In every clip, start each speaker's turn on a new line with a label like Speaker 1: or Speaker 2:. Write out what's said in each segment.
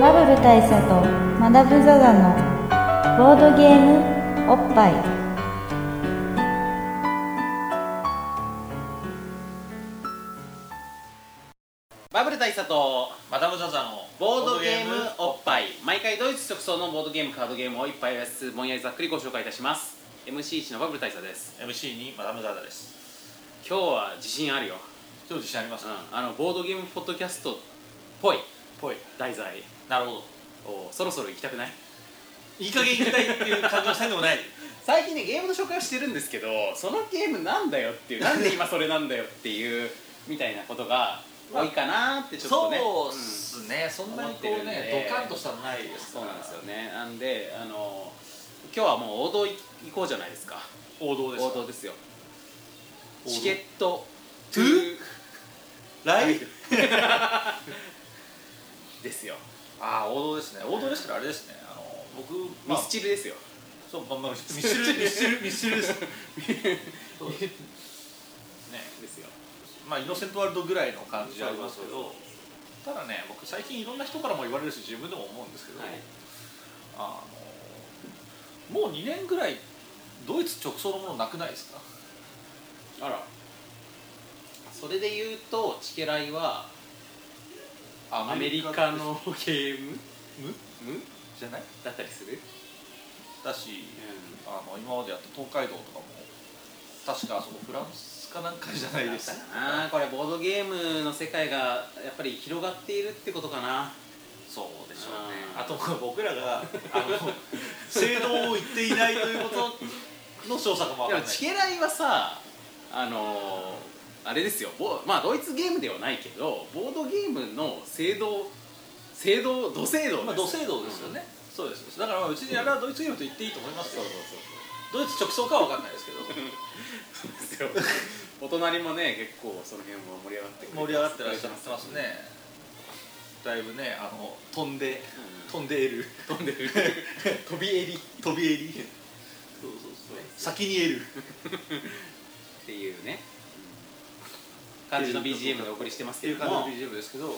Speaker 1: バブル大佐とマダム・ザ・ザのボードゲームおっぱい
Speaker 2: バブル大佐と
Speaker 3: マダム・ザ・ザの
Speaker 2: ボードゲームおっぱい毎回ドイツ直送のボードゲームカードゲームを一杯おやつぼんやりざっくりご紹介いたします MC1 のバブル大佐です
Speaker 3: MC にマダム・ザ・ザです
Speaker 2: 今日は自信あるよ、
Speaker 3: ちょっと自信ありますっ
Speaker 2: うん、あのボードゲームポッドキャストっぽい
Speaker 3: ぽい
Speaker 2: 題材
Speaker 3: なるほど
Speaker 2: をそろそろ行きたくない
Speaker 3: いい加減行きたいっていう感じはしたんでもない
Speaker 2: 最近ねゲームの紹介をしてるんですけどそのゲームなんだよ っていうなんで今それなんだよっていうみたいなことが多いかなってちょっとね
Speaker 3: そうっ
Speaker 2: ん
Speaker 3: すね、そんなにこう
Speaker 2: 思ってるん
Speaker 3: ね
Speaker 2: で
Speaker 3: ドカンとしたのないです
Speaker 2: そうなんですよねなんであの今日はもう王道い行こうじゃないですか
Speaker 3: 王道です
Speaker 2: 王道ですよチケット
Speaker 3: トゥライブ
Speaker 2: ですよ
Speaker 3: ああ王道ですね王道ですけどあれですねあの僕、
Speaker 2: ミ
Speaker 3: まあ
Speaker 2: スチルですよ
Speaker 3: そう、まあまあ、ミスチルミスチルミスチルですそうですね
Speaker 2: ですよ
Speaker 3: まあ、イノセントワールドぐらいの感じありますけどただね僕最近いろんな人からも言われるし自分でも思うんですけど、
Speaker 2: はい
Speaker 3: あのもう2年ぐらいドイツ直送のものなくないですか
Speaker 2: あらそれで言うとチケライはア
Speaker 3: ア
Speaker 2: メリカのゲーム
Speaker 3: ム
Speaker 2: ム
Speaker 3: じゃない
Speaker 2: だったりする、
Speaker 3: だしあの今までやった東海道とかも確かそのフランスかなんかじゃないです
Speaker 2: だったかなこれボードゲームの世界がやっぱり広がっているってことかな
Speaker 3: そうでしょうね
Speaker 2: あー
Speaker 3: あと僕ら があの制度を言っていないということの調査かもわ
Speaker 2: で
Speaker 3: か
Speaker 2: も
Speaker 3: んない
Speaker 2: チケライはさあのーあれですよボまあドイツゲームではないけどボードゲームの制度制度土制度です、
Speaker 3: まあ、土制度ですよね、そうですそうですだからまあうちにあれはドイツゲームと言っていいと思いますよドイツ直送かは分かんないですけど
Speaker 2: そうですよ お隣もね結構その辺は盛り上がってくれて
Speaker 3: 盛り上がってらっしゃってますねだいぶねあの飛んで飛んで得る
Speaker 2: 飛んでる
Speaker 3: 飛び襟飛び襟そうそうそう先に得る
Speaker 2: っていうね感じの BGM でお送りしてます
Speaker 3: って
Speaker 2: け
Speaker 3: いう
Speaker 2: れど
Speaker 3: 感じの
Speaker 2: も
Speaker 3: BGM ですけど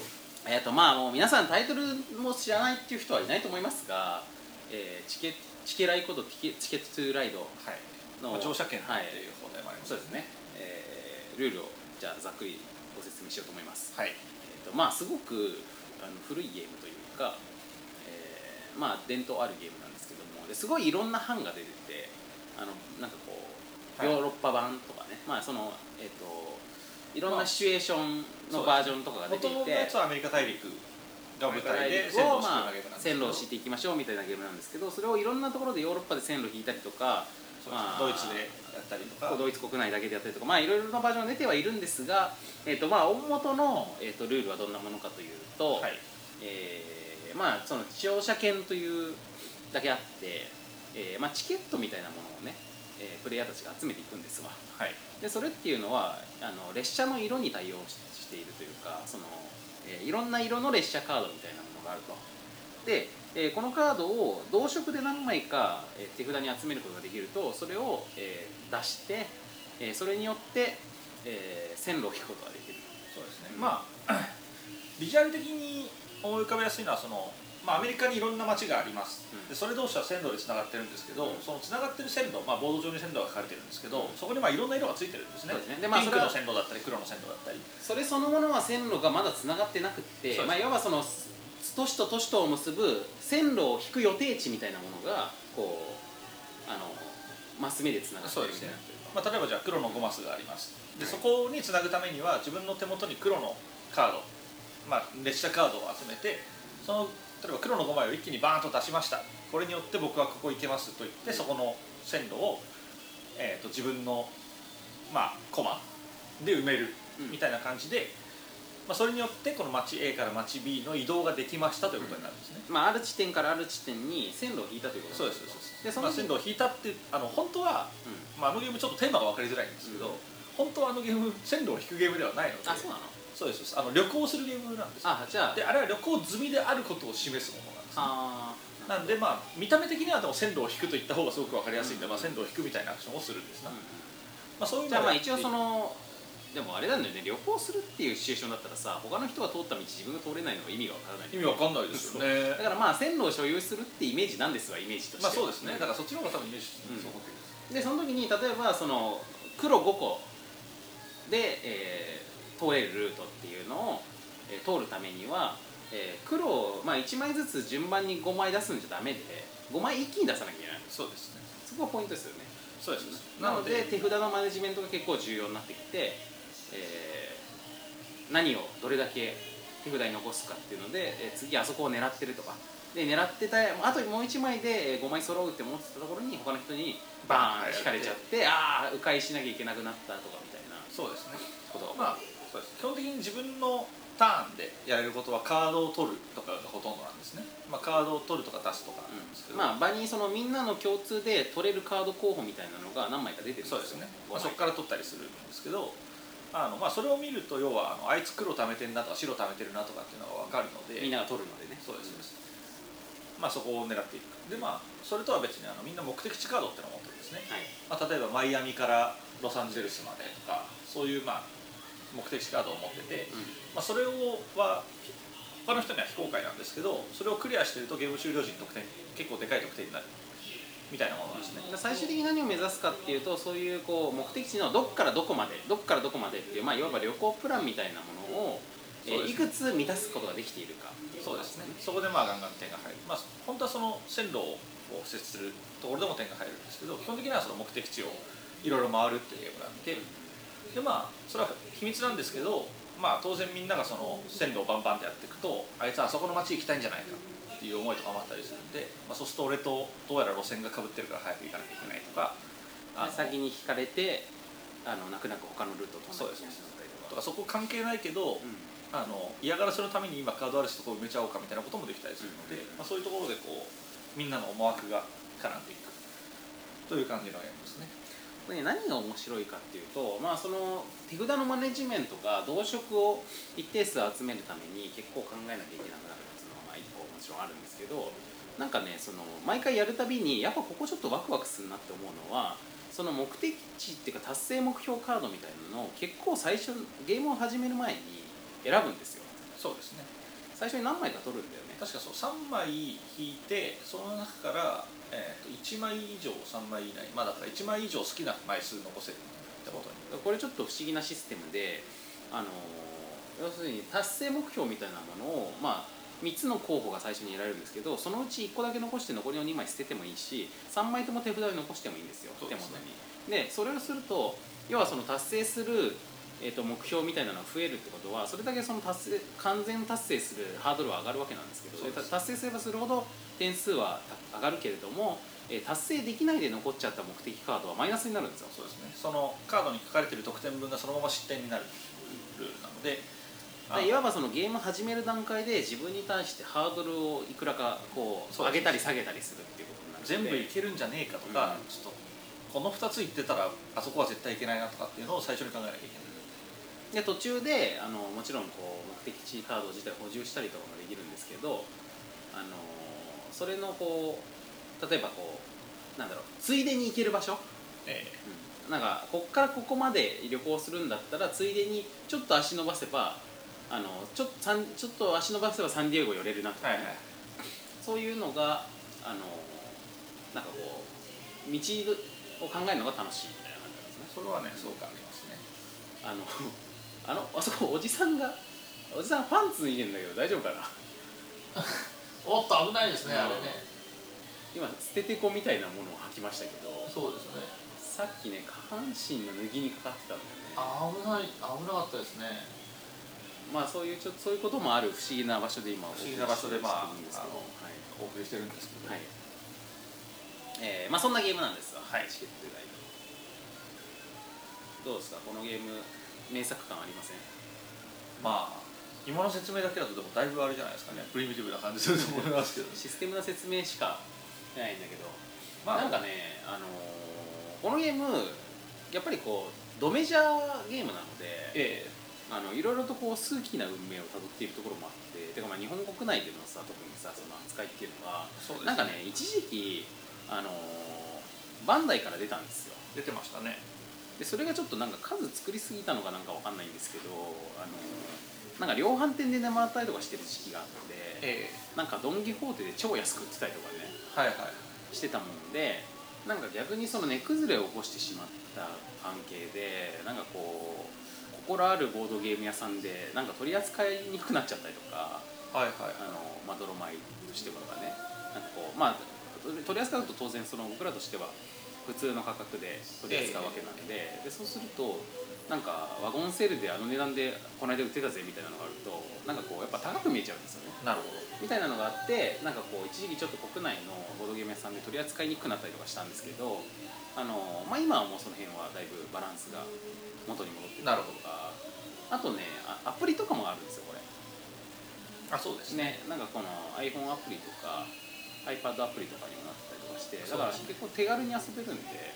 Speaker 2: えーとまあ、もう皆さんタイトルも知らないっていう人はいないと思いますが、えーチケチケライことチケチケットトゥーライド
Speaker 3: はい、
Speaker 2: の、
Speaker 3: まあ、乗車券って
Speaker 2: はい
Speaker 3: いう方題もあります
Speaker 2: そうですね、えールールをじゃあざっくりご説明しようと思います、
Speaker 3: はい
Speaker 2: えーとまあ、すごくあの古いゲームというか、えーまあ、伝統あるゲームなんですけどもですごいいろんな版が出ててあのなんかこう
Speaker 3: はい
Speaker 2: ヨーロッパ版とかね、まあそのえっ、といろんなシチュエーションのバージョンとかが出ていて、
Speaker 3: 元のやつはアメリカ大陸が舞台で
Speaker 2: 線路を、まあ
Speaker 3: 敷いてるわけなんですけ
Speaker 2: 線
Speaker 3: ど
Speaker 2: 路を敷いていきましょうみたいなゲームなんですけどそれをいろんなところでヨーロッパで線路を引いたりとか
Speaker 3: そう
Speaker 2: まあ
Speaker 3: ドイツでやったりとか
Speaker 2: ドイツ国内だけでやったりとかまあいろいろなバージョンが出てはいるんですが、えーとまあ、大元の、えー、とルールはどんなものかというと、
Speaker 3: はい
Speaker 2: えーまあ、その乗車券というだけあって、えーまあ、チケットみたいなものをね、えープレイヤーたちが集めていくんですわ。
Speaker 3: はい
Speaker 2: でそれっていうのはあの列車の色に対応ししているというかその、えーいろんな色の列車カードみたいなものがあるとで、えーこのカードを同色で何枚か、えー手札に集めることができるとそれを、えー出して、えーそれによって、えー線路を引くことができる
Speaker 3: そうですね、
Speaker 2: うん
Speaker 3: まあ ビジュアル的に思い浮かべやすいのはその、まあ、アメリカにいろんな街があります、
Speaker 2: うん
Speaker 3: でそれ同士は線路でつながってるんですけど、
Speaker 2: うん
Speaker 3: そのつながってる線路、まあ、ボード上に線路が書かれてるんですけど、
Speaker 2: うん
Speaker 3: そこにまあいろんな色がついてるんですね
Speaker 2: そうですねでまあ
Speaker 3: ピン
Speaker 2: そ
Speaker 3: ク
Speaker 2: れは
Speaker 3: の線路だったり黒の線路だったり
Speaker 2: それそのものは線路がまだつながってなくっ
Speaker 3: そうで
Speaker 2: て
Speaker 3: す、
Speaker 2: まあ、いわばその都市と都市とを結ぶ線路を引く予定地みたいなものがこうあのマス目でつながってるみたいなというか
Speaker 3: まあ、例えばじゃあ黒のゴマスがありますで、
Speaker 2: はい
Speaker 3: そこにつなぐためには自分の手元に黒のカード、まあ、列車カードを集めてその例えば黒の5枚を一気にバーンと出しましたこれによって僕はここ行けますと言って、
Speaker 2: うん
Speaker 3: そこの線路を、えー、と自分のまあコマで埋める
Speaker 2: うん
Speaker 3: みたいな感じで、まあ、それによってこの町 A から町 B の移動ができましたということになるんですね、
Speaker 2: まあ、ある地点からある地点に線路を引いたということ
Speaker 3: そうです
Speaker 2: す
Speaker 3: そうです
Speaker 2: でそ
Speaker 3: ま
Speaker 2: の
Speaker 3: あ、
Speaker 2: 時
Speaker 3: 線路を引いたってあの本当は
Speaker 2: うん
Speaker 3: まあ、あのゲームちょっとテーマが分かりづらいんですけど、
Speaker 2: うん
Speaker 3: 本当はあのゲーム線路を引くゲームではないので
Speaker 2: あそうなの
Speaker 3: そうですそうですあの旅行するゲームなんですよ
Speaker 2: あじゃあ
Speaker 3: であれは旅行済みであることを示すものなんです、ね、
Speaker 2: あー
Speaker 3: なんでまあ見た目的にはでも線路を引くといった方がすごく分かりやすいん
Speaker 2: う
Speaker 3: で、
Speaker 2: ん
Speaker 3: まあ、線路を引くみたいなアクションをするんですな、
Speaker 2: うん
Speaker 3: まあ、そういう
Speaker 2: じゃあ
Speaker 3: の
Speaker 2: まあ
Speaker 3: はや
Speaker 2: 一応そのでもあれなん
Speaker 3: って
Speaker 2: だよね旅行するっていうシチュエーションだったらさ他の人が通った道自分が通れないのは意味がわからない
Speaker 3: 意味わかんないですよね
Speaker 2: だからまあ線路を所有するってイメージなんですわイメージとして
Speaker 3: ま
Speaker 2: は
Speaker 3: あそうですねだからそっちの方が多分イメージそう思ってるんです
Speaker 2: でその時に例えばその黒5個で、えー通れるルートっていうのを、えー通るためには、えー黒を、まあ、1枚ずつ順番に5枚出すんじゃダメで5枚一気に出さなきゃいけない
Speaker 3: そうですね
Speaker 2: そこがポイントですよね
Speaker 3: そうですね
Speaker 2: なので手札のマネジメントが結構重要になってきて、えー何をどれだけ手札に残すかっていうので、えー次あそこを狙ってるとかで狙ってたあともう1枚で5枚揃うって思ってたところに他の人にバーン引かれちゃって、ああ迂回しなきゃいけなくなったとかみたいな
Speaker 3: そうですね
Speaker 2: ことが、
Speaker 3: まあそうです基本的に自分のターンでやれることはカードを取るとかがほとんどなんですね、まあ、カードを取るとか出すとかなんですけ
Speaker 2: う
Speaker 3: ど、
Speaker 2: んまあ場にそのみんなの共通で取れるカード候補みたいなのが何枚か出てるんです
Speaker 3: そ
Speaker 2: よ
Speaker 3: うですね、
Speaker 2: 5枚
Speaker 3: まあ、そこから取ったりするんですけどあの、まあ、それを見ると要はあのあいつ黒貯めてんなとか白貯めてるなとかっていうのが分かるので
Speaker 2: みんなが取るのでね
Speaker 3: そうですそうですまあそこを狙っていくでまあそれとは別にあのみんな目的地カードってのを持ってるんですね、
Speaker 2: はい
Speaker 3: まあ、例えばマイアミからロサンゼルスまでとかそういうまあ目的地カードを持ってて、まあ、それをは他の人には非公開なんですけどそれをクリアしてるとゲーム終了時に得点結構でかい得点になるみたいなものなんですね、
Speaker 2: 最終的に何を目指すかっていうとそういうこう目的地のどこからどこまでどこからどこまでっていう、まあ、いわば旅行プランみたいなものを、え
Speaker 3: そう
Speaker 2: ー
Speaker 3: です
Speaker 2: いくつ
Speaker 3: ね
Speaker 2: 満たすことができているかってい
Speaker 3: そうですねそこでまあガンガン点が入るまあ本当はその線路を設置するところでも点が入るんですけど基本的にはその目的地をいろいろ回るっていうゲームなんででまあそれは秘密なんですけどまあ当然みんながその線路をバンバンってやっていくとあいつはあそこの町行きたいんじゃないかっていう思いとかもあったりするんで、まあ、そうすると俺とどうやら路線がかぶってるから早く行かなきゃいけないとかあの
Speaker 2: 先に引かれてあの泣く泣く他のルートを通
Speaker 3: そ
Speaker 2: らな
Speaker 3: う
Speaker 2: き
Speaker 3: です
Speaker 2: ゃいけ
Speaker 3: ね
Speaker 2: ない
Speaker 3: とかそこ関係ないけど、あの嫌がらせのために今カードあるしとこ埋めちゃおうかみたいなこともできたりするの
Speaker 2: う
Speaker 3: で、
Speaker 2: ん
Speaker 3: まあ、そういうところでこうみんなの思惑が絡んでいくという感じのゲームですね
Speaker 2: これね何が面白いかっていうと、まあ、その手札のマネジメントが動植を一定数集めるために結構考えなきゃいけなくなるっていうのはまあ一個もちろんあるんですけどなんかねその毎回やるたびにやっぱここちょっとワクワクするなって思うのはその目的地っていうか達成目標カードみたいなのを結構最初ゲームを始める前に選ぶんですよ
Speaker 3: そうですね
Speaker 2: 最初に何枚か取るんだよね
Speaker 3: 確かそう3枚引いてその中から、えー、と1枚以上3枚以内まあだから1枚以上好きな枚数残せるってことに
Speaker 2: これちょっと不思議なシステムで、あの要するに達成目標みたいなものを、まあ、3つの候補が最初に得られるんですけどそのうち1個だけ残して残りの2枚捨ててもいいし3枚とも手札に残してもいいんですよ
Speaker 3: そう
Speaker 2: 手
Speaker 3: で
Speaker 2: 元
Speaker 3: すね
Speaker 2: に。でそれをすると要はその達成する、えー、と目標みたいなのが増えるってことはそれだけその達成完全達成するハードルは上がるわけなんですけど
Speaker 3: そうで
Speaker 2: で
Speaker 3: す
Speaker 2: た達成すればするほど点数は上がるけれども、えー達成できないで残っちゃった目的カードはマイナスになるんですよ。
Speaker 3: そうですねそのカードに書かれてる得点分がそのまま失点になるルールなのであの
Speaker 2: でいわばそのゲーム始める段階で自分に対してハードルをいくらかこう
Speaker 3: そう
Speaker 2: 上
Speaker 3: です
Speaker 2: げたり下げたりするっていうことになる
Speaker 3: 全
Speaker 2: ので
Speaker 3: 部いけるんじゃねえかとか、
Speaker 2: うん
Speaker 3: ちょっとこの2ついってたらあそこは絶対いけないなとかっていうのを最初に考えなきゃいけない
Speaker 2: で途中であのもちろんこう目的地カード自体補充したりとかもできるんですけどあのそれのこう例えばこうなんだろうついでに行ける場所
Speaker 3: え
Speaker 2: なんかこっからここまで旅行するんだったらついでにちょっと足伸ばせばあのちょっとさんちょっと足伸ばせばサンディエゴ寄れるなとかね、そういうのがあのなんかこう道を考えるのが楽しいみたいな感じなんですね
Speaker 3: それはねすごくありますね
Speaker 2: あのあのあそこおじさんがおじさんパンツ脱いでんだけど大丈夫かな
Speaker 4: おっと危ないですね、あれね
Speaker 2: 今捨ててこみたいなものを履きましたけど
Speaker 4: そうですね
Speaker 2: さっきね下半身の脱ぎにかかってたんだよね
Speaker 4: あ危ない危なかったですね
Speaker 2: まあそういうちょっとそういうこともある不思議な場所で今
Speaker 3: 不思議な場所でま
Speaker 2: お
Speaker 3: あ
Speaker 2: 送りしてるんですけど
Speaker 3: あのお送りして
Speaker 2: はい、は
Speaker 3: るんですけど、
Speaker 2: いえーまあそんなゲームなんですわはいチケットライブどうですかこのゲーム名作感ありません
Speaker 3: まあ今の説明だけだとでもだいぶあれじゃないですかねプリミティブな感じすると思いますけ ど
Speaker 2: システムの説明しかないんだけど、
Speaker 3: まあ
Speaker 2: なんかね、あのーこのゲームやっぱりこうドメジャーゲームなので
Speaker 3: ええ
Speaker 2: あのいろいろとこう数奇な運命をたどっているところもあっててかまあ日本国内でのさ特にさその扱いっていうのは
Speaker 3: そうです
Speaker 2: なんかね一時期、あのーバンダイから出たんですよ
Speaker 3: 出てましたね
Speaker 2: でそれがちょっとなんか数作りすぎたのかなんかわかんないんですけどあのなんか量販店で出回ったりとかしてる時期があって
Speaker 3: え
Speaker 2: なんかドン・キホーテで超安く売ってたりとかね
Speaker 3: えはいはい
Speaker 2: してたもんでなんか逆にその根崩れを起こしてしまった関係でなんかこう心あるボードゲーム屋さんでなんか取り扱いにくくなっちゃったりとか
Speaker 3: はいはい
Speaker 2: あの、まあ、泥米としてもとかねなんかこうまあ取り扱うと当然その僕らとしては普通の価格で取り扱うわけなんで,、でそうするとなんかワゴンセールであの値段でこの間売ってたぜみたいなのがあるとなんかこうやっぱ高く見えちゃうんですよね
Speaker 3: なるほど
Speaker 2: みたいなのがあってなんかこう一時期ちょっと国内のボードゲーム屋さんで取り扱いにくくなったりとかしたんですけどあの、まあ、今はもうその辺はだいぶバランスが元に戻ってきたりとかあとねあアプリとかもあるんですよこれ
Speaker 3: あそうですね
Speaker 2: ねなんかこの iPhone アプリとか iPad アプリとかにもなったりとかしてだから
Speaker 3: そうで
Speaker 2: 結
Speaker 3: す
Speaker 2: 構手軽に遊べるんで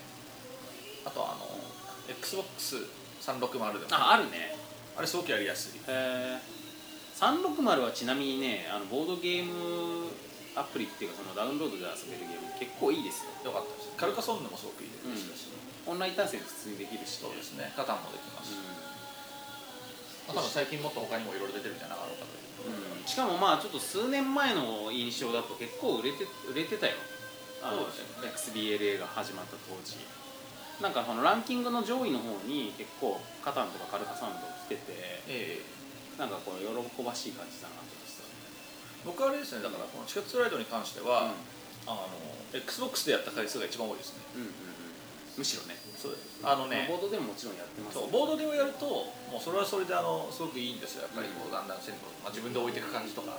Speaker 3: あとあの XBOX360 でも
Speaker 2: ああるね
Speaker 3: あれすごくやりやすい
Speaker 2: えー、360はちなみにねあのボードゲームアプリっていうかそのダウンロードで遊べるゲーム結構いいですよ
Speaker 3: よかったですカルカソンヌもすごくいいですし、
Speaker 2: オンライン対戦普通にできるし
Speaker 3: そうですねカタンもできますし、まあ多分最近もっと他にもいろいろ出てるんじゃなかろうかという
Speaker 2: うんしかもまあちょっと数年前の印象だと結構売れて売れてたよあの
Speaker 3: そう
Speaker 2: XBLA が始まった当時なんかこのランキングの上位の方に結構カタンとかカルカサンド来てて
Speaker 3: ええ
Speaker 2: なんかこう喜ばしい感じだなと思ってた
Speaker 3: 僕はあれですねだからこのチケットスライドに関しては、あの XBOX でやった回数が一番多いですね
Speaker 2: うんうんうんうんむしろね
Speaker 3: そうあのね
Speaker 2: ボードでももちろんやってます
Speaker 3: そ
Speaker 2: け
Speaker 3: う
Speaker 2: ど
Speaker 3: ボードゲームをやるともうそれはそれであのすごくいいんですよやっぱりこうだんだん線路、まあ、自分で置いていく感じとか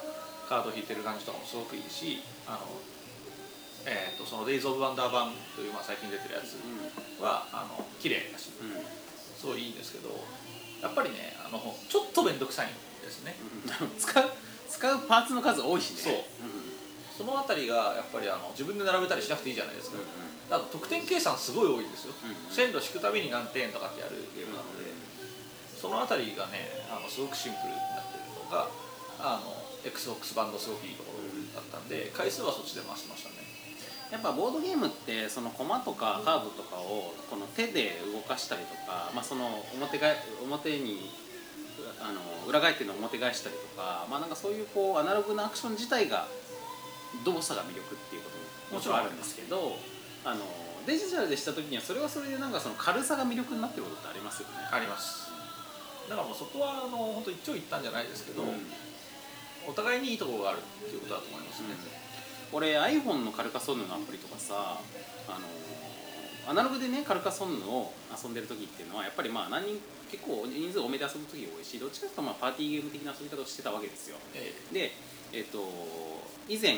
Speaker 3: カード引いてる感じとかもすごくいいしあの、えー、とその「Days of Wonder 版」という、まあ、最近出てるやつはあの綺麗だし
Speaker 2: うんうん
Speaker 3: すごいいいんですけどやっぱりねあのちょっと面倒くさいんですね
Speaker 2: うん 使う使うパーツの数多いしね
Speaker 3: そうんそのあたりがやっぱりあの自分で並べたりしなくていいじゃないですか、あと得点計算すごい多いんですよ、
Speaker 2: うんうん
Speaker 3: 線路引くたびに何点とかってやるゲームなので、そのあたりがねあのすごくシンプルになってるのがあの XBOX 版のすごくいいところだったんで回数はそっちで回してましたね
Speaker 2: やっぱボードゲームってその駒とかカードとかをこの手で動かしたりとか、まあ、その表が表にあの裏返ってのを表返したりとか,、まあ、なんかそういうこうアナログなアクション自体が動作が魅力っていうことももちろんあるんですけどあのデジタルでした時にはそれはそれでなんかその軽さが魅力になってることってありますよね。
Speaker 3: ありますだからもうそこはあの本当一長一短じゃないですけど、
Speaker 2: うん
Speaker 3: お互いにいいところがあるっていうことだと思いますね、
Speaker 2: 俺 iPhone のカルカソンヌのアプリとかさあのアナログでねカルカソンヌを遊んでる時っていうのはやっぱりまあ何人結構人数多めで遊ぶ時が多いしどっちかというとまあパーティーゲーム的な遊び方をしてたわけですよ
Speaker 3: え
Speaker 2: でえっ、と以前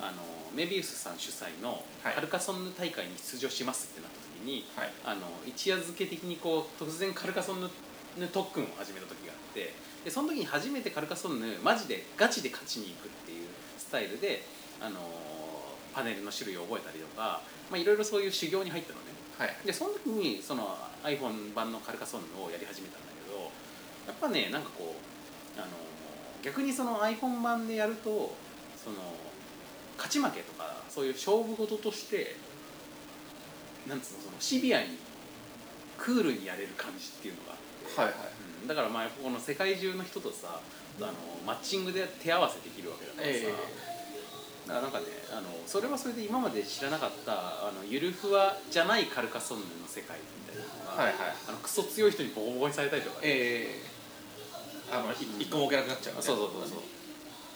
Speaker 2: あのメビウスさん主催の
Speaker 3: はい
Speaker 2: カルカソンヌ大会に出場しますってなった時に、
Speaker 3: はい
Speaker 2: あの一夜漬け的にこう突然カルカソンヌ特訓を始めた時があってでその時に初めてカルカソンヌマジでガチで勝ちに行くっていうスタイルで、あのーパネルの種類を覚えたりとかまあいろいろそういう修行に入ったのね
Speaker 3: はい
Speaker 2: でその時にその iPhone 版のカルカソンヌをやり始めたんだけどやっぱねなんかこう、あのー逆にその iPhone 版でやるとその勝ち負けとかそういう勝負事としてなんつうのそのシビアにクールにやれる感じっていうのがあって、
Speaker 3: はいはい
Speaker 2: うんだからまあこの世界中の人とさあのマッチングで手合わせできるわけだからさ、
Speaker 3: え
Speaker 2: だからなんかねあのそれはそれで今まで知らなかったあのゆるふわじゃないカルカソンヌの世界みたいなのが、
Speaker 3: はいはい
Speaker 2: あのクソ強い人にボコボコにされたりとかね、
Speaker 3: ええあのい一個も置けなくなっちゃうね
Speaker 2: そうそうそうそう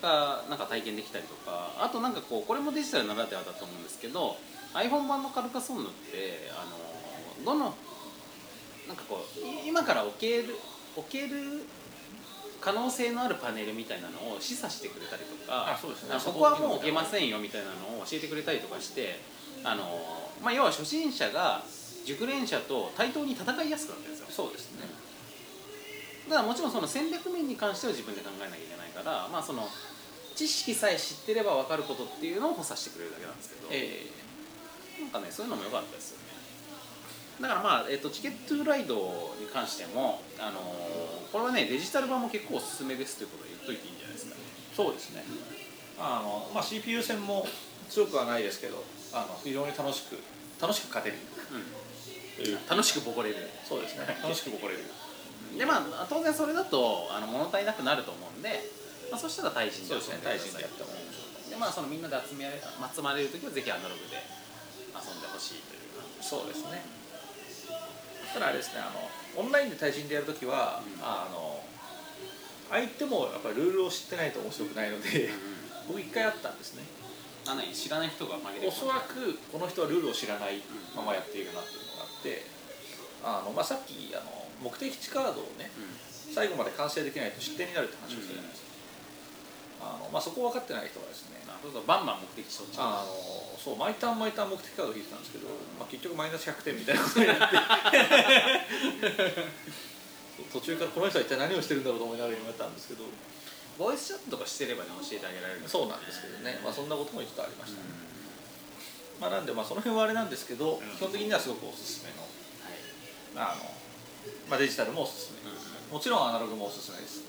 Speaker 2: がなんか体験できたりとかあとなんかこうこれもデジタルならではだと思うんですけど iPhone 版のカルカソンヌってあのどのなんかこうい今から置ける置ける可能性のあるパネルみたいなのを示唆してくれたりとか
Speaker 3: あそうですね
Speaker 2: なんかここはもう置けませんよみたいなのを教えてくれたりとかしてあの、まあ、要は初心者が熟練者と対等に戦いやすくなってるんですよ
Speaker 3: そうですね
Speaker 2: だからもちろんその戦略面に関しては自分で考えなきゃいけないから、まあ、その知識さえ知ってれば分かることっていうのを補佐してくれるだけなんですけど、
Speaker 3: え
Speaker 2: なんかねそういうのも良かったですよねだからまあ、えっとチケットライドに関しても、あのーこれはねデジタル版も結構おすすめですということを言っといていいんじゃないですかね
Speaker 3: えそうですねあの、まあ、CPU 戦も強くはないですけどあの非常に楽しく楽しく勝てる
Speaker 2: う
Speaker 3: という
Speaker 2: 楽しくボコれる
Speaker 3: そうですね楽しく誇れる
Speaker 2: でまあ当然それだとあの物足りなくなると思うんで、まあ、そしたら対人で
Speaker 3: そうですね大臣
Speaker 2: で
Speaker 3: でやったもの
Speaker 2: でまあそのみんなで集められ集まれる時はぜひアナログで遊んでほしいというか
Speaker 3: そうですねただあれですねあのオンラインで対人でやるときは、
Speaker 2: うん
Speaker 3: あの相手もやっぱりルールを知ってないと面白くないので僕一回あったんですね
Speaker 2: あ何知らない人が紛れ込
Speaker 3: おそらくこの人はルールを知らないままやっているなっていうのがあってあの、まあ、さっきあの目的地カードをね
Speaker 2: う
Speaker 3: 最後まで完成できないと失点になるって話をしてるんですよ、あのまあ、そこを分かってない人はです
Speaker 2: ん、
Speaker 3: ね
Speaker 2: あそうそうバンバン目的地そっちに
Speaker 3: あのそう毎ターン毎ターン目的カード引いてたんですけど、まあ、結局マイナス100点みたいなことになって途中からこの人は一体何をしてるんだろうと思いながら今やったんですけど
Speaker 2: ボイスチャットとかしてればね教えてあげられるの
Speaker 3: そうなんですけどね、まあ、そんなことも一度ありました、ねまあ、なんでまあその辺はあれなんですけど、
Speaker 2: ん
Speaker 3: 基本的にはすごくおすすめの
Speaker 2: はい
Speaker 3: あの、まあ、デジタルもおすすめ、もちろんアナログもおすすめです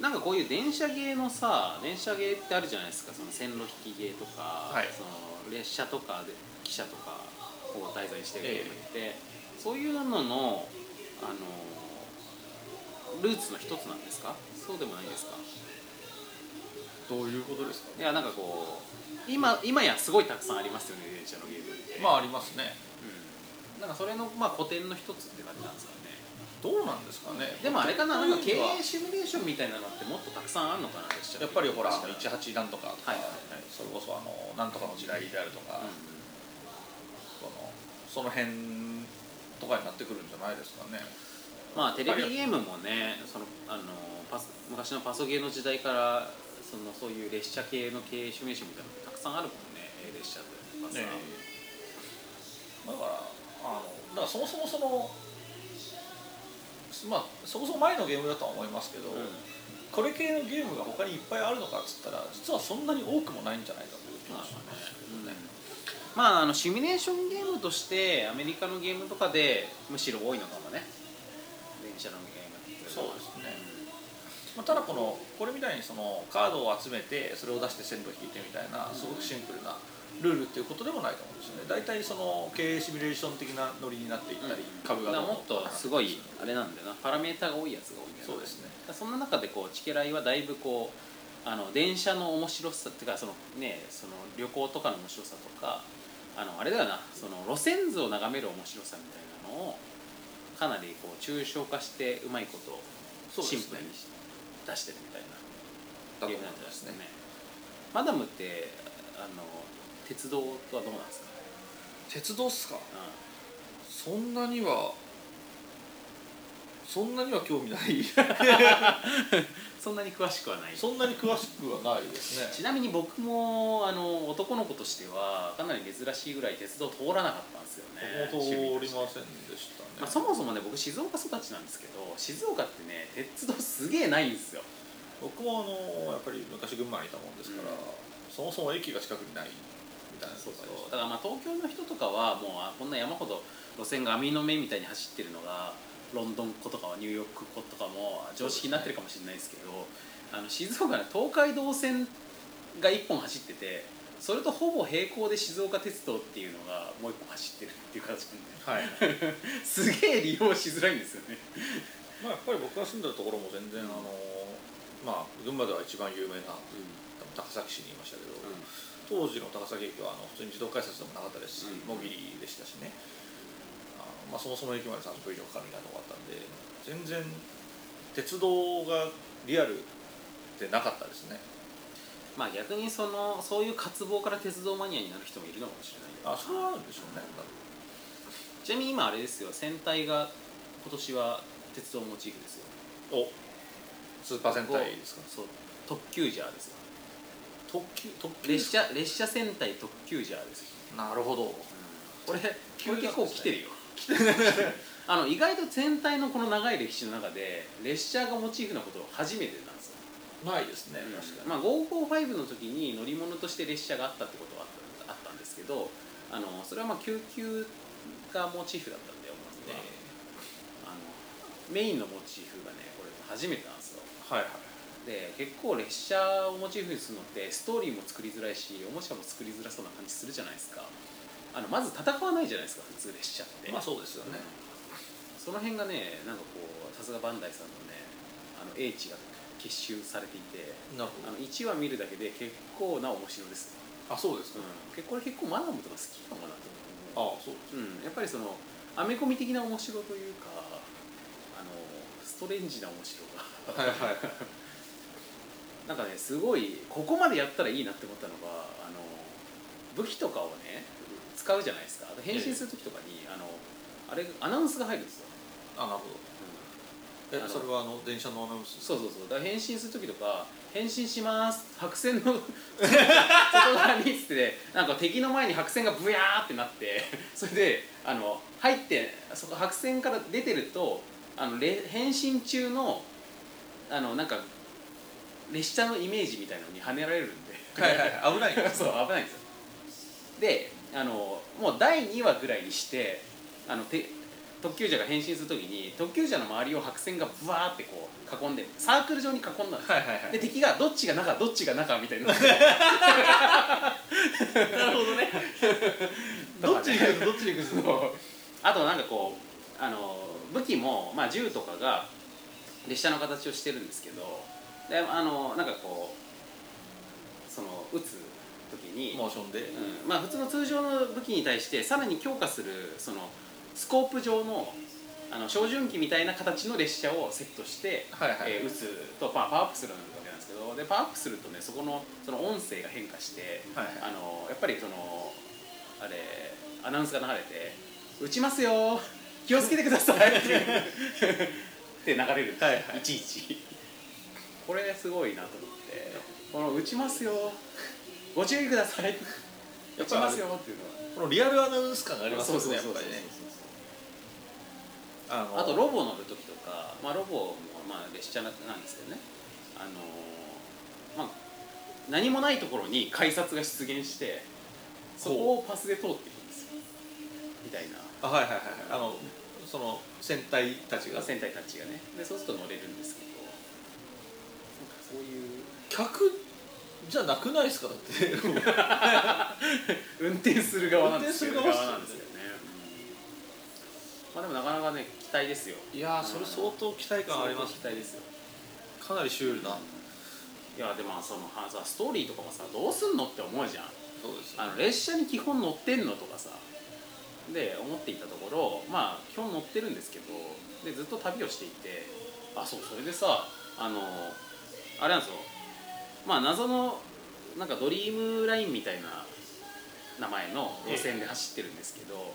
Speaker 2: なんかこういう電車芸のさ電車芸ってあるじゃないですかその線路引き芸とか、
Speaker 3: はい
Speaker 2: その列車とかで汽車とかを題材にしてるゲームって、そういうののあのルーツの一つなんですかそうでもないですか
Speaker 3: どういうことですか
Speaker 2: いやなんかこう今今やすごいたくさんありますよね電車のゲームって
Speaker 3: まあありますね
Speaker 2: うん、なんかそれの、まあ、古典の一つって感じなんですかね
Speaker 3: どうなんですかね
Speaker 2: でもあれかななんか
Speaker 3: と
Speaker 2: 経
Speaker 3: いうよりは
Speaker 2: 営シミュレーションみたいなのってもっとたくさんあるのかな列車
Speaker 3: やっぱりほ
Speaker 2: う
Speaker 3: ら
Speaker 2: んうん
Speaker 3: 18なんとかとか、
Speaker 2: はいはいはい
Speaker 3: それこそあのなんとかの時代であるとか、そのその辺とかになってくるんじゃないですかね
Speaker 2: まあテレビゲームもねそのあのパソ昔のパソゲーの時代からそのそういう列車系の経営シミュレーションみたいなのってたくさんあるもんねえー列車とかさ、
Speaker 3: ねだからあのだからそもそもそのまあそもそも前のゲームだとは思いますけど、
Speaker 2: うん
Speaker 3: これ系のゲームが他にいっぱいあるのかっつったら実はそんなに多くもないんじゃないかという気
Speaker 2: まあ
Speaker 3: がします
Speaker 2: ねまあ、あのシミュレーションゲームとしてアメリカのゲームとかでむしろ多いのかもね電車のゲームっていのは
Speaker 3: そうですねまあ、ただこのこれみたいにそのカードを集めてそれを出して線路引いてみたいなすごくシンプルなルールっていうことでもないと思うんですよね大体その経営シミュレーション的なノリになっていったり、株が
Speaker 2: だ
Speaker 3: ど
Speaker 2: か
Speaker 3: う
Speaker 2: ら
Speaker 3: の
Speaker 2: もっとすごいあれなんだよなパラメーターが多いやつが多いんだよな
Speaker 3: そうですね
Speaker 2: だからそんな中でこうチケライはだいぶこうあの電車の面白さっていうかそのねその旅行とかの面白さとかあのあれだよなその路線図を眺める面白さみたいなのをかなりこう抽象化してうまいこと
Speaker 3: そうです
Speaker 2: シン
Speaker 3: ね
Speaker 2: プルにし出してるみたいな
Speaker 3: だと
Speaker 2: ゲ
Speaker 3: 思
Speaker 2: ー
Speaker 3: い
Speaker 2: ムなんじゃない
Speaker 3: ま
Speaker 2: です
Speaker 3: す
Speaker 2: か
Speaker 3: ね
Speaker 2: ねマダムってあの鉄道とはどうなんですか、
Speaker 3: 鉄道っすか
Speaker 2: うん
Speaker 3: そんなにはそんなには興味ない
Speaker 2: そんなに詳しくはない
Speaker 3: そんなに詳しくはないですね
Speaker 2: ちなみに僕もあの男の子としてはかなり珍しいぐらい鉄道通らなかったんですよね
Speaker 3: 僕も通り
Speaker 2: 趣味
Speaker 3: ま
Speaker 2: と
Speaker 3: せんで
Speaker 2: し
Speaker 3: してたね、
Speaker 2: まあ、そもそもね僕静岡育ちなんですけど静岡ってね鉄道すげえないんですよ
Speaker 3: 僕もあのやっぱり昔群馬にいたもんですから、
Speaker 2: うん
Speaker 3: そもそも駅が近くにないみたいなところでした
Speaker 2: だからまあ東京の人とかはもうあこんな山ほど路線が網の目みたいに走ってるのがロンドンっ子とかはニューヨークっ子とかも常識になってるかもしれないですけどあの静岡の東海道線が1本走っててそれとほぼ並行で静岡鉄道っていうのがもう1本走ってるっていう形なんで
Speaker 3: はい
Speaker 2: すげえ利用しづらいんですよね
Speaker 3: まあやっぱり僕が住んでるところも全然あのまあ群馬では一番有名な多分高崎市にいましたけど、当時の高崎駅はあの普通に自動改札でもなかったですし
Speaker 2: うん
Speaker 3: もぎりでしたしねあのまあそもそも駅まで30分以上かかるみたいなとこあったんで全然鉄道がリアルでなかったですね
Speaker 2: まあ逆にそのそういう渇望から鉄道マニアになる人もいるのかもしれないよ
Speaker 3: あそれはあるんでしょうね
Speaker 2: ちなみに今あれですよ戦隊が今年は鉄道モチーフですよ
Speaker 3: おスーパー戦隊ですか
Speaker 2: そう特急ジャーですよ
Speaker 3: 特急特急
Speaker 2: 列車列車戦隊特急ジャーですよ
Speaker 3: なるほど
Speaker 2: 俺俺結構来てるよ あの意外と全体のこの長い歴史の中で列車がモチーフなこと初めてなんですよ
Speaker 3: ないですね
Speaker 2: うん
Speaker 3: 確かに、
Speaker 2: まあ、545の時に乗り物として列車があったってことはあったあったんですけどあのそれはまあ救急がモチーフだったんで思うんで、あのメインのモチーフがねこれ初めてなんですよ
Speaker 3: はいはい
Speaker 2: で結構列車をモチーフにするのってストーリーも作りづらいしおもちゃも作りづらそうな感じするじゃないですかあのまず戦わないじゃないですか普通列車って、
Speaker 3: まあそうですよね、
Speaker 2: その辺がねなんかこうさすがバンダイさんのねあの英知が結集されていて
Speaker 3: なる
Speaker 2: あの1話見るだけで結構な面白いです、
Speaker 3: ほどあそうです
Speaker 2: う
Speaker 3: ね、
Speaker 2: ん、結構これ結構マダムとか好きかもなと思う
Speaker 3: ああそうです
Speaker 2: うん、やっぱりそのアメコミ的な面白というかあのストレンジな面白が
Speaker 3: はいはい
Speaker 2: なんかねすごいここまでやったらいいなって思ったのがあの武器とかをね使うじゃないですかあと変身する時とかに、あのあれアナウンスが入るんですよ、
Speaker 3: あなるほ
Speaker 2: あ
Speaker 3: どえ
Speaker 2: の
Speaker 3: それはあの電車のアナウンス
Speaker 2: そうそうそうだから変身する時とか「変身します白 線の外側に」っつってねなんか敵の前に白線がブヤーってなってそれであの入ってそこ白線から出てるとあのれ変身中のあのなんか列車のイメージみたいなのに跳ねられるんで
Speaker 3: はいはいはい危ないんで す
Speaker 2: そう危ないんですよであのもう第2話ぐらいにしてあのて特急車が変身するときに特急車の周りを白線がブワーってこう囲んでサークル状に囲んだんですよ、
Speaker 3: はいはいはい
Speaker 2: で敵がどっちが中どっちが中みたい ななるほど ね
Speaker 3: どっちに行くどっちに行く
Speaker 2: あとなんかこうあの武器も、まあ、銃とかが列車の形をしてるんですけどであのなんかこうその撃つ時に、
Speaker 3: モーションで、
Speaker 2: うんまあ、普通の通常の武器に対してさらに強化するそのスコープ状のあの照準機みたいな形の列車をセットして、
Speaker 3: はいはい
Speaker 2: えー撃つと、まあ、パワーアップするわけなんですけどでパワーアップするとねそこのその音声が変化して、
Speaker 3: はいはい
Speaker 2: あのやっぱりそのあれアナウンスが流れて「撃ちますよ気をつけてください」っていうって流れるんですよ、
Speaker 3: はい
Speaker 2: い
Speaker 3: はい
Speaker 2: ちいちこれすごいなと思ってこの「撃ちますよご注意ください」
Speaker 3: や
Speaker 2: 撃
Speaker 3: っ
Speaker 2: ち
Speaker 3: ぱり
Speaker 2: ますよっていうのは
Speaker 3: このリアルアナウンス感がありますよ
Speaker 2: そう
Speaker 3: ね
Speaker 2: そうそ
Speaker 3: やっ
Speaker 2: う
Speaker 3: ぱりねあの
Speaker 2: あとロボ乗る時とか、まあ、ロボもまあ列車なんですけどね、あのーまあ、何もないところに改札が出現してそこをパスで通っていくんですよみたいな
Speaker 3: あはいはいはいあのその戦隊たちが
Speaker 2: 船体たちがねでそうすると乗れるんですけどなんかそういう
Speaker 3: 客じゃなくないですかだって
Speaker 2: 運転する側なんですよ
Speaker 3: 運転する側
Speaker 2: なんですよね、うんまあ、でもなかなかね期待ですよ
Speaker 3: いやーそれ相当期待感あります
Speaker 2: 期待ですよ
Speaker 3: かなりシュールない
Speaker 2: やでもそのはさストーリーとかもさどうすんのって思うじゃん
Speaker 3: そうです
Speaker 2: あの列車に基本乗ってんのとかさで思っていたところまあ基本乗ってるんですけどでずっと旅をしていてあそうそれでさあのあれなんですよまあ謎のなんかドリームラインみたいな名前の路線で走ってるんですけど、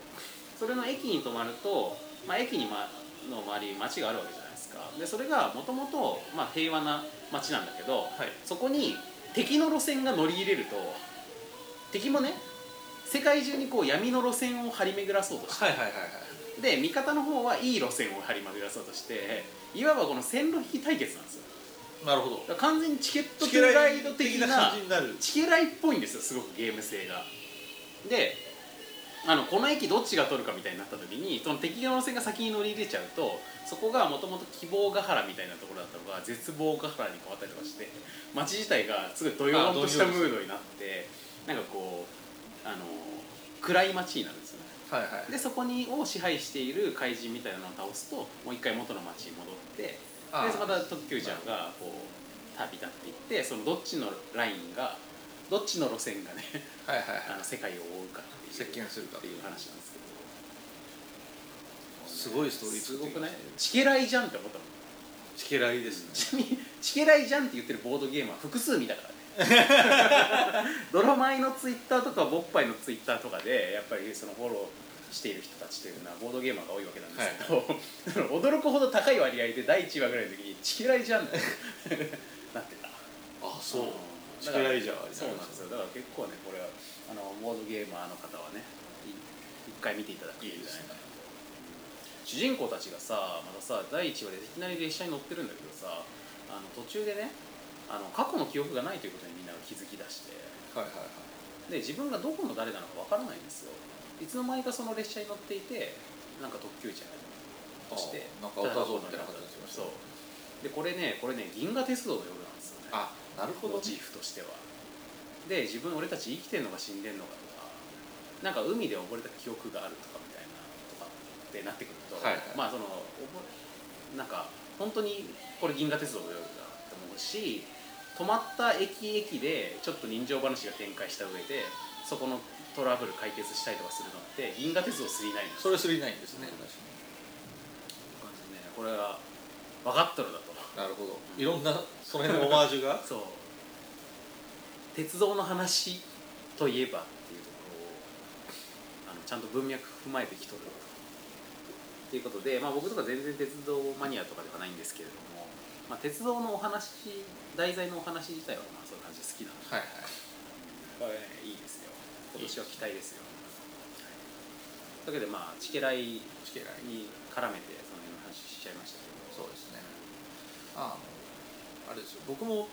Speaker 2: それの駅に泊まると、まあ、駅に、ま、の周りに街があるわけじゃないですかでそれがもともと平和な街なんだけど、
Speaker 3: はい
Speaker 2: そこに敵の路線が乗り入れると敵もね世界中にこう闇の路線を張り巡らそうとして
Speaker 3: はいはいはいはい
Speaker 2: で味方の方はいい路線を張り巡らそうとしていわばこの線路引き対決なんですよ
Speaker 3: なるほど
Speaker 2: だから完全にチケット
Speaker 3: チ
Speaker 2: ト
Speaker 3: ケ
Speaker 2: ゥー
Speaker 3: ラ
Speaker 2: ラ
Speaker 3: イ
Speaker 2: イ
Speaker 3: ド
Speaker 2: ド
Speaker 3: 的
Speaker 2: 的
Speaker 3: な
Speaker 2: な
Speaker 3: 感じになる
Speaker 2: チケライっぽいんですよすごくゲーム性がであのこの駅どっちが取るかみたいになった時にその敵側の路線が先に乗り入れちゃうとそこがもともと希望ヶ原みたいなところだったのが絶望ヶ原に変わったりとかして街自体がすごいドヨーンとしたムードになってなんかこうあの暗い街になるんですよね
Speaker 3: はいはい
Speaker 2: でそこにを支配している怪人みたいなのを倒すともう一回元の町に戻ってで
Speaker 3: あー
Speaker 2: また特急車がこう旅立っていってそのどっちのラインがどっちの路線がね
Speaker 3: はいはい
Speaker 2: あ
Speaker 3: は
Speaker 2: の世界を覆うかっていう
Speaker 3: い接近するか
Speaker 2: っていう話なんですけど
Speaker 3: すごいストーリー
Speaker 2: す
Speaker 3: 作
Speaker 2: ご
Speaker 3: って
Speaker 2: く
Speaker 3: ま
Speaker 2: ない
Speaker 3: すね
Speaker 2: チケライじゃんって思ったもん
Speaker 3: チケライですね
Speaker 2: ちなみにチケライじゃんって言ってるボードゲームは複数見たからね 泥米のツイッターとかボッパイのツイッターとかでやっぱりそのフォローしている人たちというのはボードゲーマーが多いわけなんですけど、その 驚くほど高い割合で第1話ぐらいの時にチケライじゃんってなってた
Speaker 3: あそうチ
Speaker 2: だ
Speaker 3: ケ
Speaker 2: から
Speaker 3: ライじゃあり
Speaker 2: そうなんですよだから結構ねこれはあのボードゲーマーの方はねい一回見ていただくといいんじゃないかなと主人公たちがさまたさ第1話でいきなり列車に乗ってるんだけどさあの途中でねあの過去の記憶がないということにみんなが気づき出して
Speaker 3: はいはいはい
Speaker 2: で自分がどこの誰なのかわからないんですよいつの間にかその列車に乗っていてなんか特急車として
Speaker 3: あなんか歌そうみたいな感じがしました
Speaker 2: そうでこれねこれね銀河鉄道の夜なんですよね
Speaker 3: あなるほど
Speaker 2: モ
Speaker 3: ね
Speaker 2: チーフとしてはで自分俺たち生きてんのか死んでんのかとかなんか海で溺れた記憶があるとかみたいなとかってなってくると、
Speaker 3: はいはい
Speaker 2: まあその溺なんか本当にこれ銀河鉄道の夜だと思うし止まった駅駅でちょっと人情話が展開した上でそこのトラブル解決したりとかするのって銀河鉄道3 9なんです
Speaker 3: それすりないんですね、
Speaker 2: 感じでねこれは分かっとるだと
Speaker 3: なるほどいろんなその 辺のオマージュが
Speaker 2: そう鉄道の話といえばっていうところをあのちゃんと文脈踏まえてきとるっていうことで、まあ、僕とか全然鉄道マニアとかではないんですけれども、まあ、鉄道のお話題材のお話自体はまあそういう感じで好きなので
Speaker 3: はいはい
Speaker 2: これいいですよ今年は期待ですよというわけでまあチケライに
Speaker 3: チケライ
Speaker 2: 絡めてその辺の話しちゃいましたけど
Speaker 3: そうですねあのあれですよ僕も、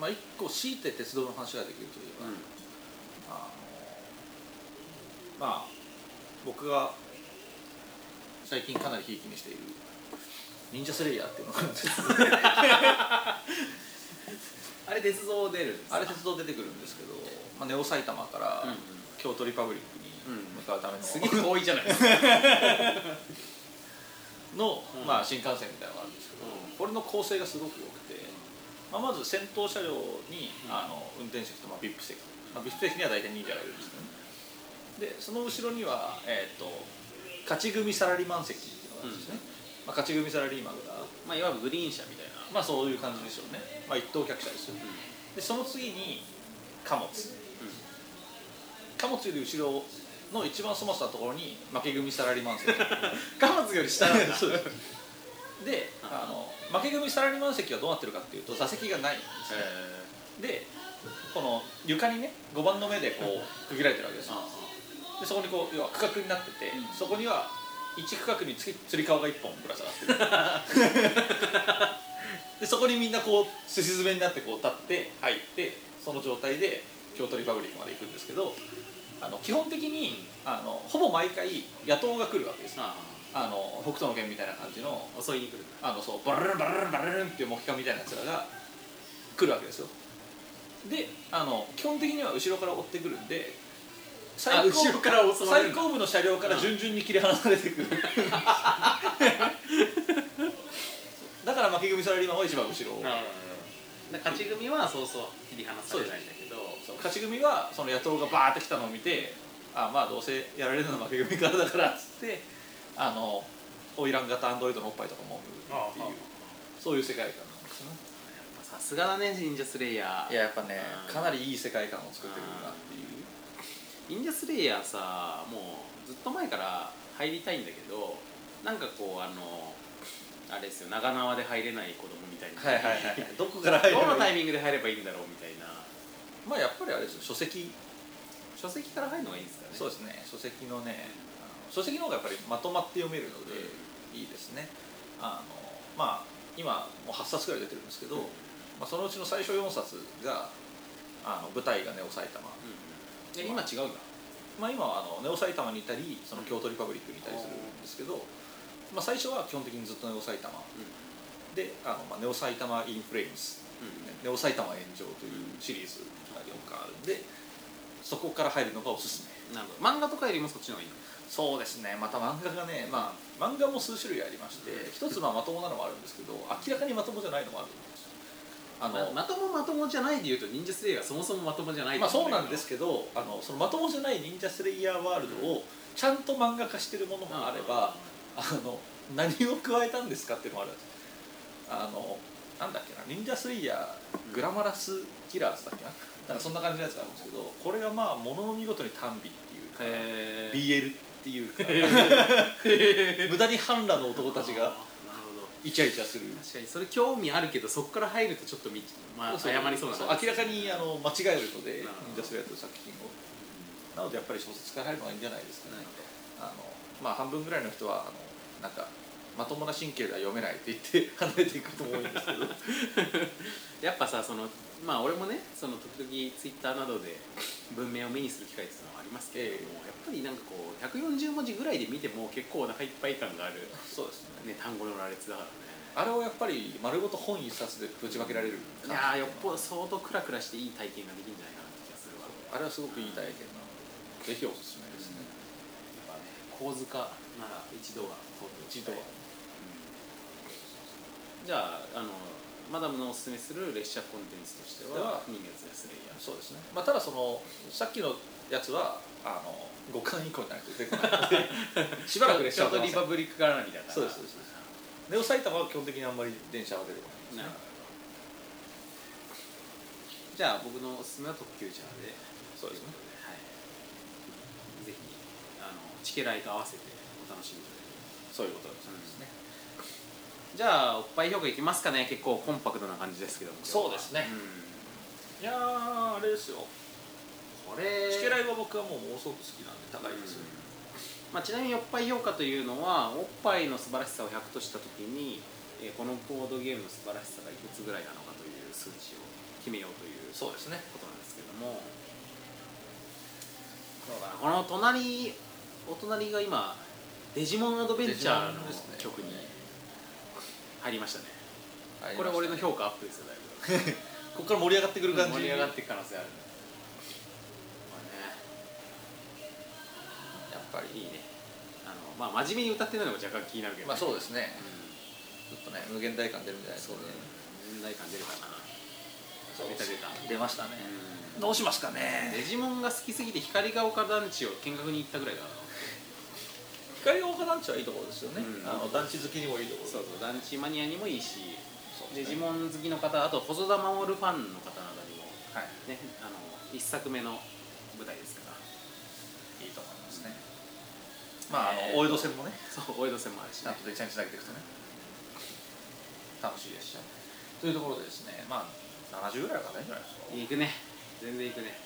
Speaker 3: まあ、一個強いて鉄道の話ができるといえば、
Speaker 2: うん
Speaker 3: あのまあ僕が最近かなりひいきにしている忍者スレイヤーっていうのがあるんですけど
Speaker 2: あれ鉄道出るんですか
Speaker 3: あれ鉄道出てくるんですけど、まあ、ネオ埼玉から
Speaker 2: うんうん
Speaker 3: 京都リパブリックに向かうための、
Speaker 2: すげえ遠いじゃないですか
Speaker 3: の、
Speaker 2: うん
Speaker 3: まあ、新幹線みたいなのがあるんですけど、
Speaker 2: うん
Speaker 3: これの構成がすごく良くて、まあ、まず先頭車両に、
Speaker 2: うん
Speaker 3: あの運転席と、まあ、VIP 席、まあ、VIP 席には大体忍者がいるんですけどねでその後ろには、えー、と勝ち組サラリーマン席っていうのがあるんですね、まあ、勝ち組サラリーマンが
Speaker 2: まあいわゆるグリーン車みたいな
Speaker 3: まあそういう感じでしょうね、まあ、一等客車ですよ、でその次に貨物、貨物より後ろの一番粗末なところに負け組サラリーマン席
Speaker 2: 貨物より下なんだ
Speaker 3: そうですであの負け組サラリーマン席はどうなってるかっていうと座席がないんですねでこの床にね5番の目でこう区切られてるわけですよでそこにこう要は区画になってて、
Speaker 2: うん
Speaker 3: そこには1区画につきつり革が1本ぶら下がってる でそこにみんなこうすし詰めになってこう立って入ってその状態で京都リパブリックまで行くんですけどあの基本的にあのほぼ毎回野党が来るわけです
Speaker 2: あ
Speaker 3: あの北斗の拳みたいな感じの
Speaker 2: あ襲いに来るんだ
Speaker 3: あのそうバラルンバラルンバラルンっていう目標みたいなやつらが来るわけですよであの基本的には後ろから追ってくるんで
Speaker 2: あ
Speaker 3: 最
Speaker 2: 後ろから襲われ
Speaker 3: 最
Speaker 2: るんだ
Speaker 3: 後部の車両から順々に切り離されてくるだから負け組サラリーマンは一番後ろを
Speaker 2: で勝ち組はそうそう切り離されないんだけど
Speaker 3: そう勝ち組はその野党がバーって来たのを見てあまあどうせやられるのは負け組からだからっつってあの花魁型アンドロイドのおっぱいとかもっていう
Speaker 2: あああ
Speaker 3: そういう世界観なんですね
Speaker 2: さすがだね忍者スレイヤ
Speaker 3: い
Speaker 2: ー
Speaker 3: ややっぱね
Speaker 2: うん
Speaker 3: かなりいい世界観を作ってるなっていう
Speaker 2: 忍者スレイヤーさもうずっと前から入りたいんだけどなんかこうあのあれですよ長縄で入れない子供みたいな
Speaker 3: どこから入る
Speaker 2: どのタイミングで入ればいいんだろうみたいな
Speaker 3: まあやっぱりあれですよ書籍
Speaker 2: 書籍から入るのがいいんですかね
Speaker 3: そうですね書籍のねあの書籍の方がやっぱりまとまって読めるのでいいですねあのまあ今もう8冊ぐらい出てるんですけど、まあ、そのうちの最初4冊があの舞台がネオ埼玉、
Speaker 2: うん、え今違うんだ
Speaker 3: まあ、今はあのネオ埼玉にいたりその京都リパブリックにいたりするんですけど、まあ、最初は基本的にずっとネオ埼玉であの、まあ、ネオ埼玉インフレームス「ネオ埼玉炎上」というシリーズが4巻あるんでそこから入るのがおすすめ
Speaker 2: なんか漫画とかよりもそっちの方がいいの
Speaker 3: そうですねまた漫画がねまあ漫画も数種類ありまして一つまあまともなのもあるんですけど明らかにまともじゃないのもあるんですあの、
Speaker 2: ままともまともじゃないで言うと忍者スレイヤーがそもそもまともじゃない
Speaker 3: まあ、そうなんですけどあのそのまともじゃない忍者スレイヤーワールドをちゃんと漫画化してるものもあれば、あの何を加えたんですかっていうのもあるんですあのなんだっけな忍者スレイヤーグラマラスキラーズだっけななんかそんな感じのやつがあるんですけどこれがまあものの見事に短尾っていうか、
Speaker 2: へえ
Speaker 3: BL っていうか無駄に半裸の男たちが
Speaker 2: なるほど
Speaker 3: イチャイチャする
Speaker 2: 確かにそれ興味あるけどそこから入るとちょっとみ、まあ、誤りそうな
Speaker 3: そう
Speaker 2: 感じ
Speaker 3: 明らかにあの間違えるので
Speaker 2: なるほど
Speaker 3: 忍者スレイヤーという作品をなのでやっぱり小説から入るのがいいんじゃないですかねあのまあ半分ぐらいの人はあのなんかまともな神経では読めないって言って 離れていくと思うんですけど
Speaker 2: やっぱさそのまあ俺もねその時々ツイッターなどで文明を目にする機会っていうのはありますけれども、やっぱりなんかこう140文字ぐらいで見ても結構お腹いっぱい感がある、
Speaker 3: そうですね
Speaker 2: ね、単語の羅列だからね
Speaker 3: あれをやっぱり丸ごと本一冊でぶちまけられる
Speaker 2: いやーよっぽど相当クラクラしていい体験ができるんじゃないかなって気がするわ
Speaker 3: あれはすごくいい体験なのでぜひおすすめです
Speaker 2: 宝塚なら一度は通っておきたい
Speaker 3: 一度は
Speaker 2: うんじゃああのマダムのおすすめする列車コンテンツとして
Speaker 3: で
Speaker 2: は
Speaker 3: は
Speaker 2: 「人月やスレイヤー」
Speaker 3: そうですね、まあ、ただそのさっきのやつはあの5巻以降になると出てこないので しばらく列車
Speaker 2: ちょ
Speaker 3: は
Speaker 2: うど
Speaker 3: 出ま
Speaker 2: リ
Speaker 3: せん
Speaker 2: パブリック絡みだから
Speaker 3: そうですそうですネオ埼玉は基本的にあんまり電車は出てこないです
Speaker 2: な
Speaker 3: ね
Speaker 2: るほどじゃあ僕のおすすめは特急ジャーで
Speaker 3: そうですね
Speaker 2: はい、ぜひあのチケライと合わせてお楽しみいただければ
Speaker 3: そういうことです
Speaker 2: そうです
Speaker 3: ね、
Speaker 2: じゃあおっぱい評価いきますかね結構コンパクトな感じですけども
Speaker 4: そうですね
Speaker 3: いやーあれですよ
Speaker 2: うんこれ
Speaker 3: チケライは僕はもうものすごく好きなんで高いですよ、
Speaker 2: うんまあ、ちなみにおっぱい評価というのはおっぱいの素晴らしさを100とした時に、えーこのボードゲームの素晴らしさがいくつぐらいなのかという数値を決めようという
Speaker 3: そうですね
Speaker 2: ことなんですけどもそうだなこの隣お隣が今デジモンアドベンチャーの
Speaker 3: デジモンですね
Speaker 2: 曲に入りましたね
Speaker 3: はい
Speaker 2: これ俺の評価アップですよだいぶ
Speaker 3: ここから盛り上がってくる感じ
Speaker 2: 盛り上がっていく可能性あるね
Speaker 3: やっぱ
Speaker 2: これねい
Speaker 3: り
Speaker 2: いねあの、まあ、真面目に歌ってないのが若干気になるけど、ね
Speaker 3: まあそうですね
Speaker 2: う
Speaker 3: ちょっとね無限大感出るんじゃないですかね
Speaker 2: ん問題感出るかな出た出た
Speaker 3: 出ましたねどうしますかね
Speaker 2: デジモンが好きすぎて光が丘団地を見学に行ったぐらいだな
Speaker 3: 光が丘団地はいいところですよね、
Speaker 2: うん
Speaker 3: あの団地好きにもいいとこ
Speaker 2: そう
Speaker 3: ろ
Speaker 2: そう団地マニアにもいいし
Speaker 3: そう
Speaker 2: デ
Speaker 3: です
Speaker 2: ジ
Speaker 3: ね
Speaker 2: モン好きの方あと細田守ファンの方などにも
Speaker 3: はい
Speaker 2: ねあの一作目の舞台ですから
Speaker 3: いいと思いますねまああの、
Speaker 2: えー
Speaker 3: 大江戸線もね
Speaker 2: そう大江戸線もあるし
Speaker 3: ちゃ
Speaker 2: ね
Speaker 3: んと電車につなげていくとね楽しい列車というところでですねまあ70ぐらいは硬いんじゃないですか
Speaker 2: 行くね全然行くね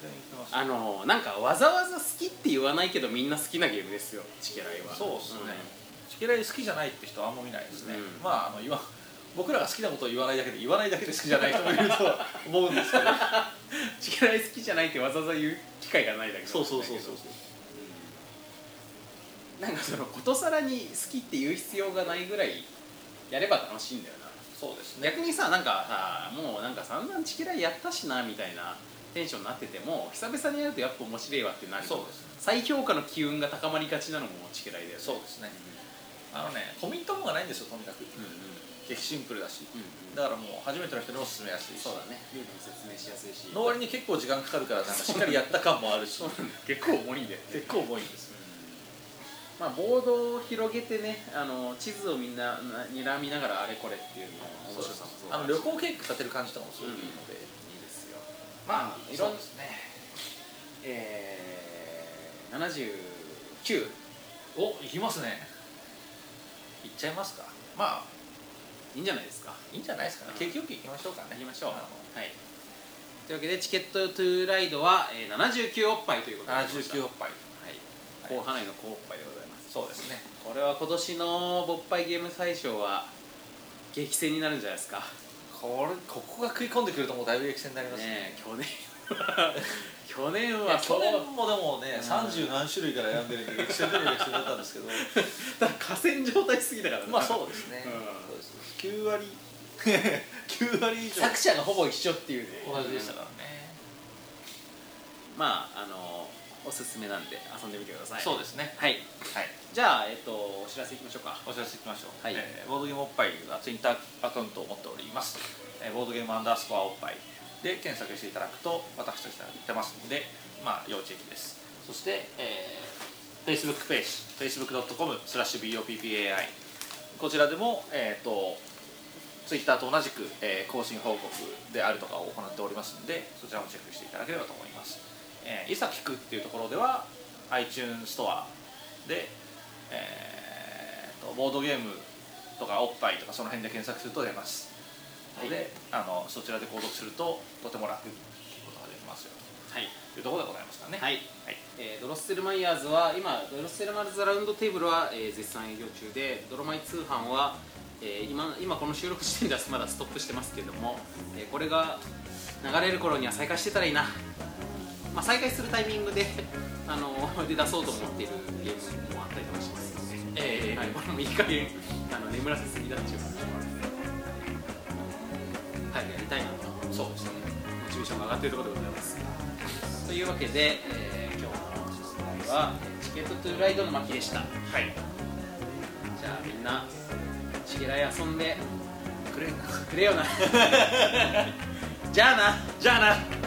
Speaker 3: 全然いけます
Speaker 2: あのなんかわざわざ好きって言わないけどみんな好きなゲームですよチケライは
Speaker 3: そうですね、チケライ好きじゃないって人はあんま見ないですね、
Speaker 2: うん
Speaker 3: まああの言わ 僕らが好きなことを言わないだけで言わないだけで好きじゃない人もいると思う んですけど
Speaker 2: うんチケライ好きじゃないってわざわざ言う機会がないだけなんだけど
Speaker 3: そうそうそうそう
Speaker 2: なんかそのことさらに好きって言う必要がないぐらいやれば楽しいんだよな
Speaker 3: そうですね
Speaker 2: 逆にさなんかさもうなんか散々チキライやったしなみたいなテンションになってても久々にやるとやっぱ面白いわってなると
Speaker 3: そうですね
Speaker 2: 再評価の機運が高まりがちなのもチキライだよね
Speaker 3: そうですねあのねコミットもがないんですよとにかく
Speaker 2: うんうん
Speaker 3: 激シンプルだし
Speaker 2: うん
Speaker 3: だからもう初めての人にも勧めやすいし
Speaker 2: そうだねルールも説明しやすいし
Speaker 3: の割に結構時間かかるからなんかしっかりやった感もあるし
Speaker 2: そうなんだ 結構重いんだよね
Speaker 3: 結構重いんです
Speaker 2: まあ、ボードを広げてねあの地図をみんなな睨みながらあれこれっていうのも面白さもそうだ
Speaker 3: あ
Speaker 2: し
Speaker 3: の旅行計画立てる感じとかもすごくいいので、
Speaker 2: いいですよ
Speaker 3: ま
Speaker 2: い
Speaker 3: あ
Speaker 2: ろん
Speaker 3: すね
Speaker 2: えー、79
Speaker 3: お行きますね行っちゃいますかまあ
Speaker 2: いいんじゃないですか
Speaker 3: いいんじゃないですかね
Speaker 2: うん
Speaker 3: 景気よく行きましょうかね
Speaker 2: 行きましょう
Speaker 3: あの
Speaker 2: はいというわけでチケットトゥーライドは、えー、79おっぱいということになりました
Speaker 3: 79おっぱい
Speaker 2: はい後花井の高おっぱいでございます
Speaker 3: そうですね
Speaker 2: これは今年の勃発ゲーム大賞は激戦になるんじゃないですかね
Speaker 3: これここが食い込んでくるともうだいぶ激戦になりますね
Speaker 2: え去年は去年
Speaker 3: い
Speaker 2: は
Speaker 3: や
Speaker 2: そ
Speaker 3: 去
Speaker 2: う
Speaker 3: 年もでもね
Speaker 2: うん
Speaker 3: 30何種類から選んでるんで激戦でも激戦だった んですけど
Speaker 2: ただ河川状態すぎだから
Speaker 3: まあそうですね
Speaker 2: うん
Speaker 3: そうです9割 9割以上
Speaker 2: 作者がほぼ一緒っていうね
Speaker 3: 同じでしたからね
Speaker 2: まああのおすすめなんで遊んでみてください
Speaker 3: そうですね
Speaker 2: はい
Speaker 3: はい
Speaker 2: じゃあえっとお知らせいきましょうか
Speaker 3: お知らせいきましょう、
Speaker 2: はい
Speaker 3: えーボードゲームおっぱいはツイッターアカウントを持っております、えーボードゲームアンダースコアおっぱいで検索していただくと私たちがやってますのでまあ要チェックですそして、えー、Facebook ページ facebook.com スラッシュ BOPPAI こちらでもえっ、とツイッターと同じく、えー更新報告であるとかを行っておりますのでそちらもチェックしていただければと思います、えー、いざ聞くっていうところでは iTunes ストアで、えーとボードゲームとかおっぱいとかその辺で検索すると出ますので、あのそちらで購読するととても楽に聞くことができますよ
Speaker 2: はい
Speaker 3: というところでございますからね、
Speaker 2: はいい、
Speaker 3: はい
Speaker 2: えードロッセルマイヤーズは今ドロッセルマイヤーズラウンドテーブルは、えー絶賛営業中でドロマイ通販は、えー今今この収録時点ではまだストップしてますけども、えーこれが流れる頃には再開してたらいいな、まあ、再開するタイミングであので出そうと思っているゲームもあったりとかしますので、
Speaker 3: えー
Speaker 2: はい、これもいい加減あの眠らせすぎだっていう感じもあるので早くやりたいなと
Speaker 3: そうですね
Speaker 2: モチベーションが上がっているところでございますというわけで、えー今日のはチケットトゥーライドの巻でした
Speaker 3: はい
Speaker 2: じゃあみんなチゲライ遊んでくれくれよな じゃあな
Speaker 3: じゃあな